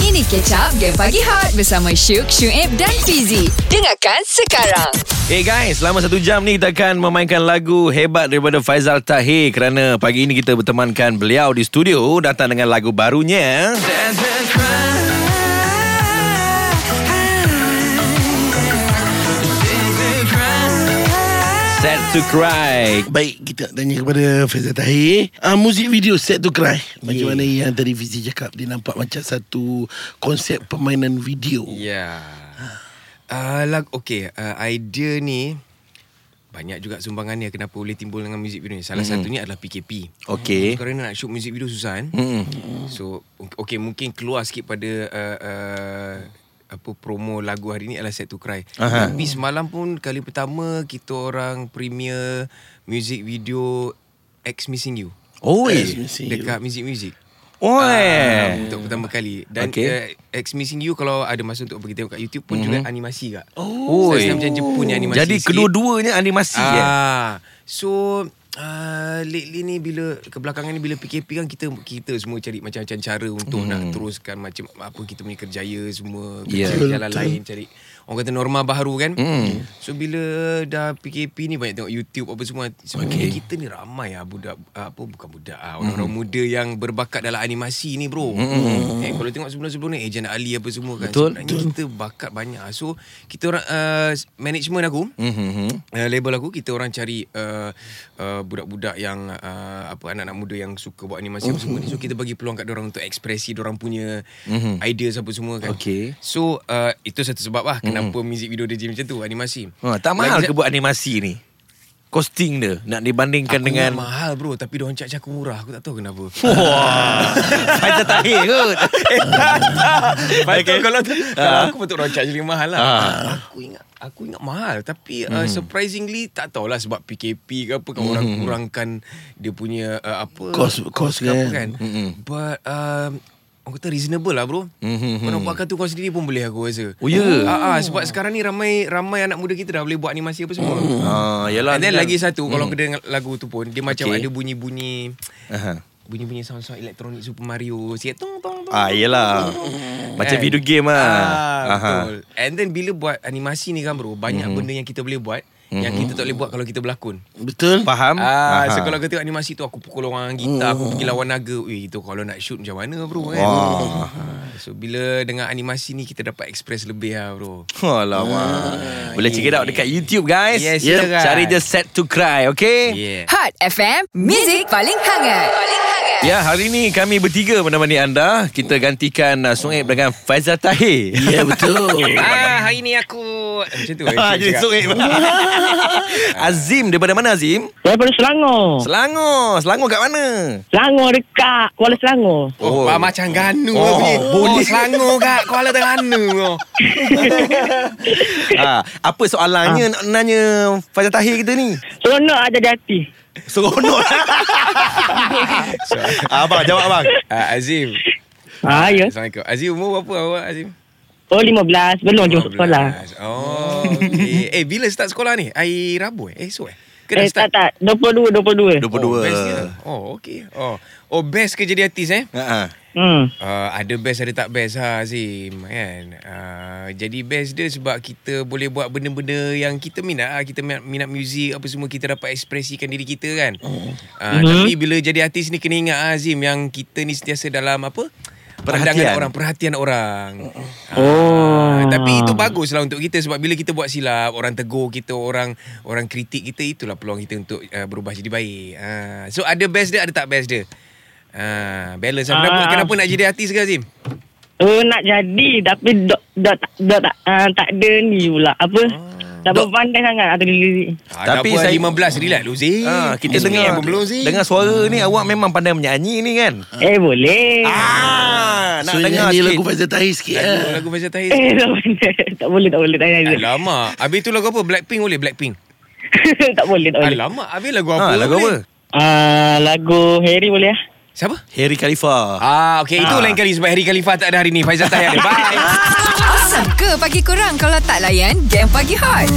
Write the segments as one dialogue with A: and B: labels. A: Ini Catch Up Game Pagi Hot bersama Syuk, Syuib dan Fizi. Dengarkan sekarang.
B: Hey Eh, guys, selama satu jam ni kita akan memainkan lagu hebat daripada Faizal Tahir kerana pagi ini kita bertemankan beliau di studio datang dengan lagu barunya. Set to Cry.
C: Baik, kita nak tanya kepada Faizal Tahir uh, Muzik video Set to Cry Macam mana yang tadi Fizi cakap Dia nampak macam satu Konsep permainan video
D: Ya. Ah, lag okey, ah, idea ni banyak juga sumbangan dia kenapa boleh timbul dengan muzik video ni. Salah mm-hmm. satunya adalah PKP.
B: Okey.
D: Kerana nak shoot muzik video susah kan?
B: Mm-mm.
D: So okey mungkin keluar sikit pada uh, uh, apa promo lagu hari ni adalah Set to Cry.
B: Aha.
D: Tapi semalam pun kali pertama kita orang premiere music video X Missing You.
B: Oh,
C: Yes,
B: eh.
C: Missing You.
D: dekat Music Music.
B: Oh,
D: Ah,
B: eh.
D: untuk pertama kali Dan
B: Okay.
D: okay. uh, X Missing You Kalau ada masa untuk pergi tengok kat YouTube pun mm-hmm. Juga animasi kak
B: Oh,
D: Saya macam Jepun yang animasi
B: Jadi
D: sikit.
B: kedua-duanya animasi eh.
D: ah, So uh, Lately ni bila Kebelakangan ni bila PKP kan Kita kita semua cari macam-macam cara
B: Hmm.
D: Untuk nak teruskan Macam apa kita punya kerjaya Semua
B: Ya. Hmm.
D: Kerja jalan lain Cari Orang kata norma baru kan mm. So bila dah PKP ni Banyak tengok YouTube apa semua Sebenarnya
B: Okay. Hmm.
D: kita ni ramai lah Budak Apa bukan budak lah Orang-orang muda yang berbakat dalam animasi ni bro eh, Kalau tengok sebelum-sebelum ni Ejen Ali apa semua kan
B: Betul.
D: Sebenarnya kita bakat banyak So kita orang uh, Management aku
B: Mhm.
D: uh, label aku kita orang cari uh, uh, budak-budak yang uh, apa anak-anak muda yang suka buat animasi apa semua ni so kita bagi peluang kat orang untuk ekspresi orang punya idea apa semua kan
B: Mhm. Okey. Mhm.
D: so uh, itu satu sebab lah kenapa music video dia jadi macam tu animasi
B: Ha, tak mahal
D: Lagi-
B: ke buat animasi ni? Costing dia nak dibandingkan
D: Aku
B: dengan
D: ingat mahal bro tapi dia orang cakap aku murah aku tak tahu kenapa
B: Wah, Faizal Tahir kot.
D: Eh, Patut okay. kalau, kalau aku patut orang charge lagi mahal lah.
B: Ah. Hmm.
D: Aku ingat aku ingat mahal tapi uh, surprisingly tak tahulah sebab PKP ke apa kan orang kurangkan dia punya uh, apa
C: Cost- cost
D: ke apa
C: kan.
D: kan.
B: Hmm.
D: But um, Orang kata reasonable lah bro mm-hmm. Kau nak buatkan tu kau sendiri pun boleh aku
B: hmm,
D: rasa
B: Oh, ya?
D: Ah, ah, Sebab sekarang ni ramai ramai anak muda kita dah boleh buat animasi apa semua
B: Ah, yalah.
D: And then
B: ni kan-
D: lagi satu Kalau kau dengar lagu tu pun Dia macam
B: Okay.
D: ada bunyi-bunyi
B: Aha.
D: Bunyi-bunyi sound-sound elektronik Super Mario Sikit tong tong tong
B: Ah, yalah. Macam
D: Kan?
B: video game lah.
D: Ah,
B: Aha. Mhm.
D: betul. And then bila buat animasi ni kan bro, banyak mm-hmm. benda yang kita boleh buat mm-hmm. yang kita tak boleh buat kalau kita berlakon.
C: Betul?
B: Faham?
D: Ah,
B: Aha.
D: so kalau kita animasi tu aku pukul orang gitar, aku pergi lawan naga. Weh, itu kalau nak shoot macam mana bro kan.
B: Wah.
D: Ah, so bila dengan animasi ni kita dapat express lebih lah bro.
B: Alamak. Boleh check it out dekat YouTube guys.
D: Ah, Yes,
B: Yep.
D: silakan.
B: Cari je Set to Cry, okay?
D: Yeah.
A: Hot FM, Music paling hangat. Paling hangat.
B: Ya, hari ni kami bertiga menemani anda. Kita gantikan uh, Sungai dengan Faizal Tahir.
C: Ya, yeah, betul
D: Ah, hari ni aku macam tu. eh,
B: Ah, jadi
D: cakap.
B: Sungai. Azim, daripada mana Azim?
E: Daripada Selangor.
B: Selangor. Selangor kat mana?
E: Selangor dekat Kuala Selangor.
D: Oh,
B: Oh.
D: oh. macam Ganu
B: Oh,
D: oh, punya.
B: boleh.
D: Oh, Selangor kat Kuala Terengganu. Oh.
B: ha, apa soalannya nak nanya Faizal Tahir kita ni?
E: Seronok ada jati.
B: Seronok Abang jawab abang
D: Ah, Azim.
E: Ah, ya.
D: Assalamualaikum. Azim umur berapa awak Azim?
E: Oh, 15. Belum je masuk sekolah.
D: 15. Oh, okay. Eh, bila start sekolah ni? Hari Rabu eh? Esok eh? Ke dah
E: Eh, tak, tak. 22, 22.
D: Oh, bestnya.
B: 22
D: Oh, okay. Oh. oh, best ke jadi artis eh?
B: Ha-ha.
E: Hmm.
D: Uh, ada best ada tak best ha Azim kan. Uh, jadi best dia sebab kita boleh buat benda-benda yang kita minat ah kita minat, minat muzik apa semua kita dapat ekspresikan diri kita kan. Uh,
E: Mhm.
D: tapi bila jadi artis ni kena ingat ah, Azim yang kita ni sentiasa dalam apa?
B: Perhatian.
D: Pandangan orang, perhatian orang.
E: Oh.
D: Ah, tapi itu baguslah untuk kita sebab bila kita buat silap orang tegur kita orang orang kritik kita itulah peluang kita untuk uh, berubah jadi baik. Ah, so ada best dia ada tak best dia. Ah, balance ah.
E: Ah.
D: kenapa kenapa nak jadi artis ke Azim?
E: Oh, nak jadi. Tapi dok, dok, dok, dok, tak, ah, tak ada ni pula. Apa? Dah berpandai sangat atau diri.
D: Ah,
B: Tapi
D: Tapi saya Ah,
B: saya-
D: 15 relax lu Zim.
B: Ha, kita
D: SPM
B: dengar
D: pun belum Zim.
B: Dengar suara ni Awak memang pandai menyanyi ni kan
E: Eh, boleh.
B: Ah, Nak
C: So
B: dengar
C: nyanyi lagu
B: sikit
C: Faizal Tahir sikit
D: lagu,
C: eh.
D: lagu Faizal Tahir.
E: Eh, tak boleh. Tak boleh, tak boleh. Tak boleh.
D: Alamak. Habis tu lagu apa? Blackpink boleh Blackpink.
E: tak boleh, tak boleh.
D: Alamak. Habis Eh. lagu apa?
B: ha, Lagu apa
D: boleh?
E: Ah, lagu Harry boleh ah?
D: Siapa?
B: Harry Khalifa
D: Ah, okay. Itu
B: Ah.
D: lain kali sebab Hari Khalifah tak ada hari ni. Faizal Tahir ada. Bye.
A: Awesome ke pagi kurang kalau tak layan Game Pagi Hot?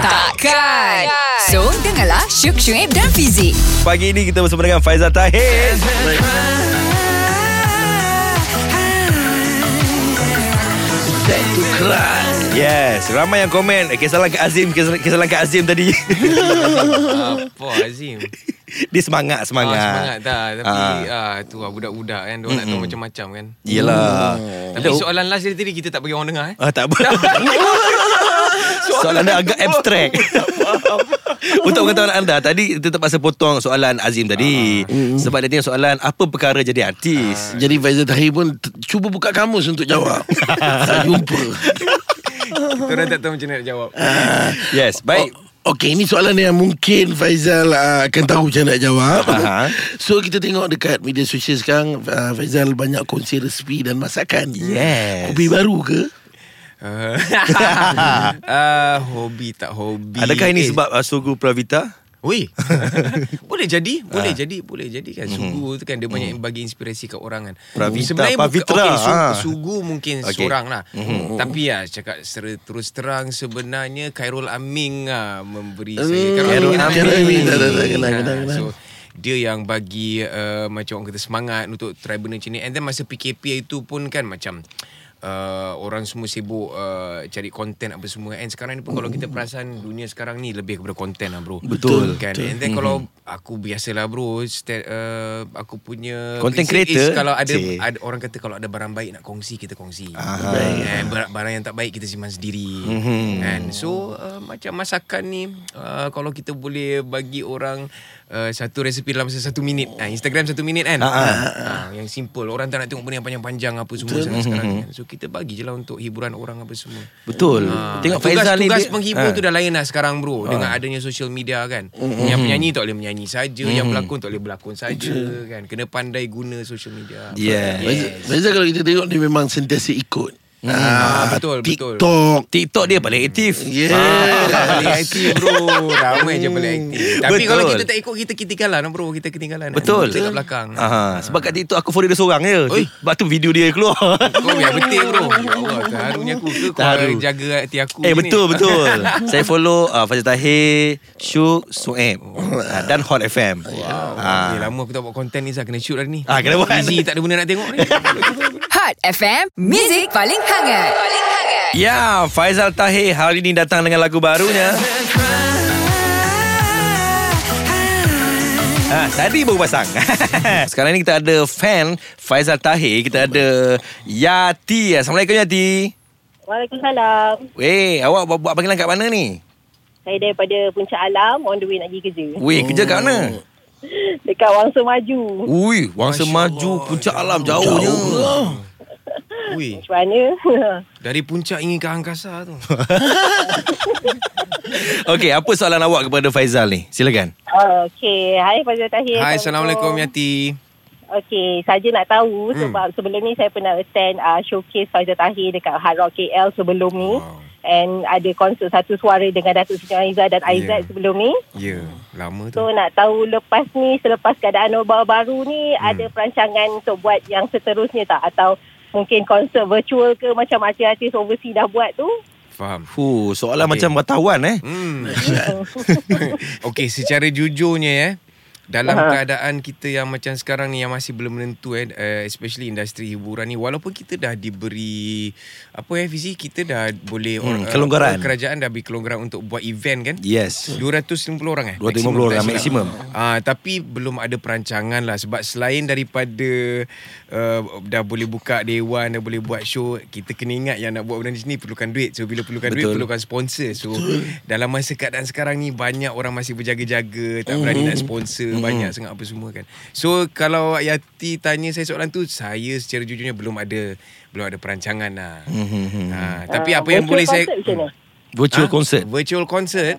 A: Takkan. So, dengarlah Syuk, Syuib dan Fizi.
B: Pagi ni kita bersama dengan Faizal Tahir
C: Baik. keras.
B: Yes Ramai yang komen eh, Kesalahan Kak Azim Kesalahan, kesalahan Kak Azim tadi
D: Apa Azim
B: Dia semangat Semangat,
D: Ah, semangat dah Tapi
B: Ah.
D: ah. tu lah budak-budak kan Diorang nak tahu macam-macam kan
B: Yelah
D: Tapi soalan last dari tadi Kita tak bagi orang dengar eh
B: Ah, tak apa Soalan dia agak abstrak Untuk pengetahuan anda Tadi kita terpaksa potong Soalan Azim tadi
D: Ah.
B: Sebab dia tanya soalan Apa perkara jadi artis
C: Jadi Faizal Tahir pun t- cuba buka kamus untuk jawab. tak jumpa.
D: Kita orang tak tahu macam mana nak jawab
B: Yes Baik
C: O- Okey, ini soalan yang mungkin Faizal uh, akan tahu macam mana nak jawab.
B: Aha.
C: So kita tengok dekat media sosial sekarang uh, Faizal banyak kongsi resipi dan masakan.
B: Yes.
C: Kopi baru ke?
D: Ah, Ah, Hobi tak hobi
B: Adakah ini
D: Eh,
B: sebab uh, Sugu Pravita?
D: Weh Boleh jadi
B: Ah.
D: Boleh jadi Boleh jadi kan Sugu tu kan Dia banyak bagi inspirasi kat orang kan
B: Pravita,
D: bukan-
B: Pavitra,
D: okay, su-
B: ah.
D: Sugu mungkin
B: Okey.
D: okay. seorang lah Tapi lah Cakap ser- terus terang Sebenarnya Khairul Aming lah
B: Eh,
D: Memberi saya
C: Khairul Aming.
D: kenal tak?
C: Khairul Aming, tak, tak, tak, kenal,
D: Ah,
C: kenal, kenal.
D: So dia yang bagi uh, macam orang kata semangat untuk try benda macam ni and then masa PKP itu pun kan macam Uh, orang semua sibuk uh, cari konten apa semua and sekarang ni pun kalau kita perasan dunia sekarang ni lebih kepada konten lah bro
B: Betul. Mhm.
D: kan and then kalau aku biasalah bro sta- uh, aku punya
B: Content
D: prinsip
B: creator,
D: is kalau ada,
B: cik.
D: ada orang kata kalau ada barang baik nak kongsi kita kongsi eh, barang, barang yang tak baik kita simpan sendiri
B: Mhm.
D: kan so uh, macam masakan ni uh, kalau kita boleh bagi orang uh, satu resepi dalam masa satu minit Ah, Instagram satu minit kan Ah, yang simple orang tak nak tengok benda yang panjang-panjang apa semua sekarang, sekarang kan so kita bagi je lah untuk hiburan orang apa semua
B: Mhm. Betul.
D: Ah,
B: Tengok
D: tugas,
B: Faizal ni
D: Tugas
B: dia-
D: penghibur
B: Ah. Mhm.
D: tu dah lain lah sekarang bro Dengan adanya social media kan Yang penyanyi tak boleh menyanyi saja Yang berlakon tak boleh berlakon saja kan Kena pandai guna social media
B: Yes.
C: Faizal- Faizal kalau kita tengok dia memang sentiasa ikut. Hmm.
D: Ah, betul, betul. Ah.
C: TikTok.
B: TikTok dia paling aktif.
C: Yeah.
D: Ya,
B: Ah.
D: Tak balik aktif bro Ramai je balik aktif Tapi
B: Betul.
D: kalau kita tak ikut Kita ketinggalan bro Kita ketinggalan
B: Betul. Ah.
D: Kita kat belakang
B: Aha, sebab kat TikTok aku follow dia seorang je.
D: Oi.
B: Sebab tu video dia keluar.
D: Kau biar betik bro Ya Allah Terharunya aku ke
B: Terharu.
D: Kau jaga hati aku
B: eh
D: ni.
B: betul betul. Saya follow uh, Fazil Tahir, Syuk, Sueb uh, dan Hot FM.
D: Wow.
B: Ah.
D: Eh, lama aku tak buat konten ni Zah Kena shoot hari ni
B: Ah, kena buat.
D: Busy tak ada benda nak tengok ni
A: Hot FM, Music paling hangat. Paling hangat.
B: Ya, Faizal Tahir hari ini datang dengan lagu barunya. Ha, tadi baru pasang. Sekarang ni kita ada fan Faizal Tahir, kita ada Yati. Assalamualaikum Yati.
F: Waalaikumsalam.
B: Weh, awak buat, buat panggilan kat mana ni?
F: Saya daripada Puncak Alam on the way nak pergi kerja.
B: Weh, kerja kat mana?
F: Dekat Wangsa Maju.
B: Ui, Wangsa
D: Masya
B: Maju,
D: Allah.
B: Puncak Alam, jauhnya.
D: Ui
F: Macam mana?
D: Dari puncak ingin ke angkasa tu
B: Okey, apa soalan awak kepada Faizal ni? Silakan.
F: Okey. Eh, Hai Fazil Tahir.
D: Hai Assalamualaikum ya. Hmm. Yati
F: Okey. Saja nak tahu sebab sebelum ni saya pernah attend uh, showcase Fazil Tahir dekat Hard Rock KL sebelum ni.
D: Wow.
F: And ada konsert satu suara dengan Datuk Seri Aizah dan
D: Yeah.
F: Aizat sebelum ni.
D: Ya Lama tu
F: So nak tahu lepas ni selepas keadaan baru-baru ni hmm. ada perancangan untuk buat yang seterusnya tak atau mungkin konsert virtual ke macam artis-artis overseas dah buat tu
D: Faham
B: Fuh, soalan
D: Okey.
B: macam wartawan eh.
D: Hmm. Okey, secara jujurnya eh dalam
F: Ha.
D: keadaan kita yang macam sekarang ni yang masih belum menentu eh uh, especially industri hiburan ni walaupun kita dah diberi apa eh Fizi kita dah boleh
B: Hmm,
D: or-
B: kelonggaran.
D: uh, kerajaan dah beri kelonggaran untuk buat event kan
B: Yes.
D: 250 orang eh
B: 250 orang maksimum.
D: Ah, tapi belum ada perancangan lah sebab selain daripada uh, dah boleh buka dewan dah boleh buat show kita kena ingat yang nak buat benda ni perlukan duit so bila perlukan duit
B: Betul.
D: perlukan sponsor so dalam masa keadaan sekarang ni banyak orang masih berjaga-jaga tak berani nak sponsor banyak sangat apa semua kan so kalau Yati tanya saya soalan tu saya secara jujurnya belum ada belum ada perancangan lah ah, tapi
F: Ah,
D: apa yang
F: virtual
D: boleh saya
F: concert macam mana?
B: Virtual
D: Ah,
B: concert.
D: Virtual concert.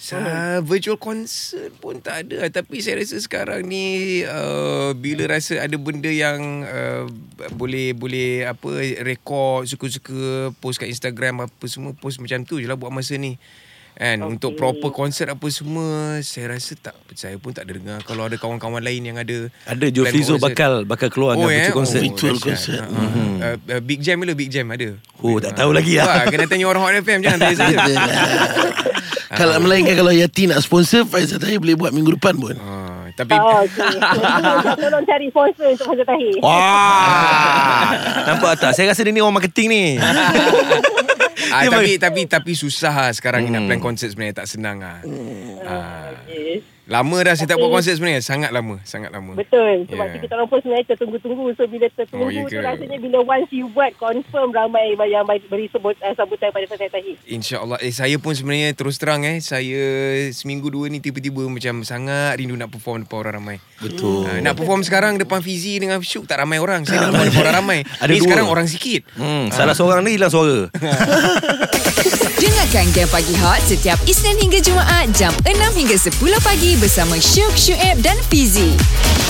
D: Sa virtual concert pun tak ada lah. tapi saya rasa sekarang ni uh, bila rasa ada benda yang uh, boleh boleh apa rekod suka-suka post kat Instagram apa semua post macam tu je lah buat masa ni. Kan okay. untuk proper concert apa semua saya rasa tak saya pun tak ada dengar kalau ada kawan-kawan lain yang ada
B: Ada Joffrey
D: plan
B: Zo
D: concert.
B: bakal bakal keluar dengan virtual concert.
C: Oh. Virtual
D: dahsyat.
C: concert.
D: Ha, ha. Uh, uh, Big Jam dulu Big Jam ada.
B: Ah, Oh, tak tahu lagi lah.
D: Wah, kena tanya orang Hot FM jangan tanya saya.
C: kalau
D: Ah.
C: melainkan kalau Yati nak sponsor Faizal Tahir boleh buat minggu depan pun.
D: Ah, tapi
F: Oh, okay. Tolong cari sponsor untuk Fazil Tahir.
B: Wah. Nampak tak? Saya rasa dia ni orang marketing ni.
D: Ah,
C: Dia
D: tapi
C: bagi-
D: tapi tapi susah lah sekarang hmm. nak plan konsert sebenarnya tak senang ah. Ah.
F: Okay.
D: Lama dah saya tak buat
F: Tapi-
D: konsert sebenarnya, sangat lama, sangat lama.
F: Betul sebab
D: Yeah.
F: yeah. kita orang pun sebenarnya tertunggu-tunggu so bila tertunggu
D: Oh, ya
F: tu
D: ke?
F: rasanya bila once you buat confirm ramai yang beri sebut, uh, sambutan pada Faizal Tahir.
D: InsyaAllah eh, Saya pun sebenarnya terus terang eh Saya seminggu dua ni tiba-tiba macam sangat rindu nak perform depan orang ramai Betul uh, Nak perform sekarang depan Fizi dengan Syuk tak ramai orang Saya nak perform depan orang ramai
B: Ada
D: Ni
B: dua.
D: sekarang orang sikit
B: Hmm, salah seorang ni hilang suara.
A: Dengarkan Game Pagi Hot setiap Isnin hingga Jumaat jam 6 hingga 10 pagi bersama Syuk, Syuib dan Fizi.